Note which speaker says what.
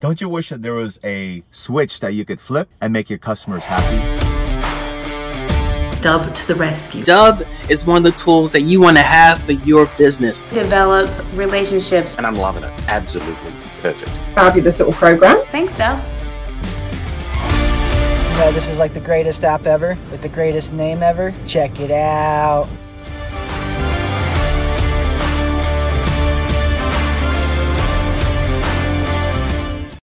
Speaker 1: Don't you wish that there was a switch that you could flip and make your customers happy?
Speaker 2: Dub to the rescue.
Speaker 3: Dub is one of the tools that you want to have for your business.
Speaker 4: Develop relationships.
Speaker 5: And I'm loving it. Absolutely perfect.
Speaker 6: Fabulous little program.
Speaker 4: Thanks, Dub.
Speaker 7: You know, this is like the greatest app ever with the greatest name ever. Check it out.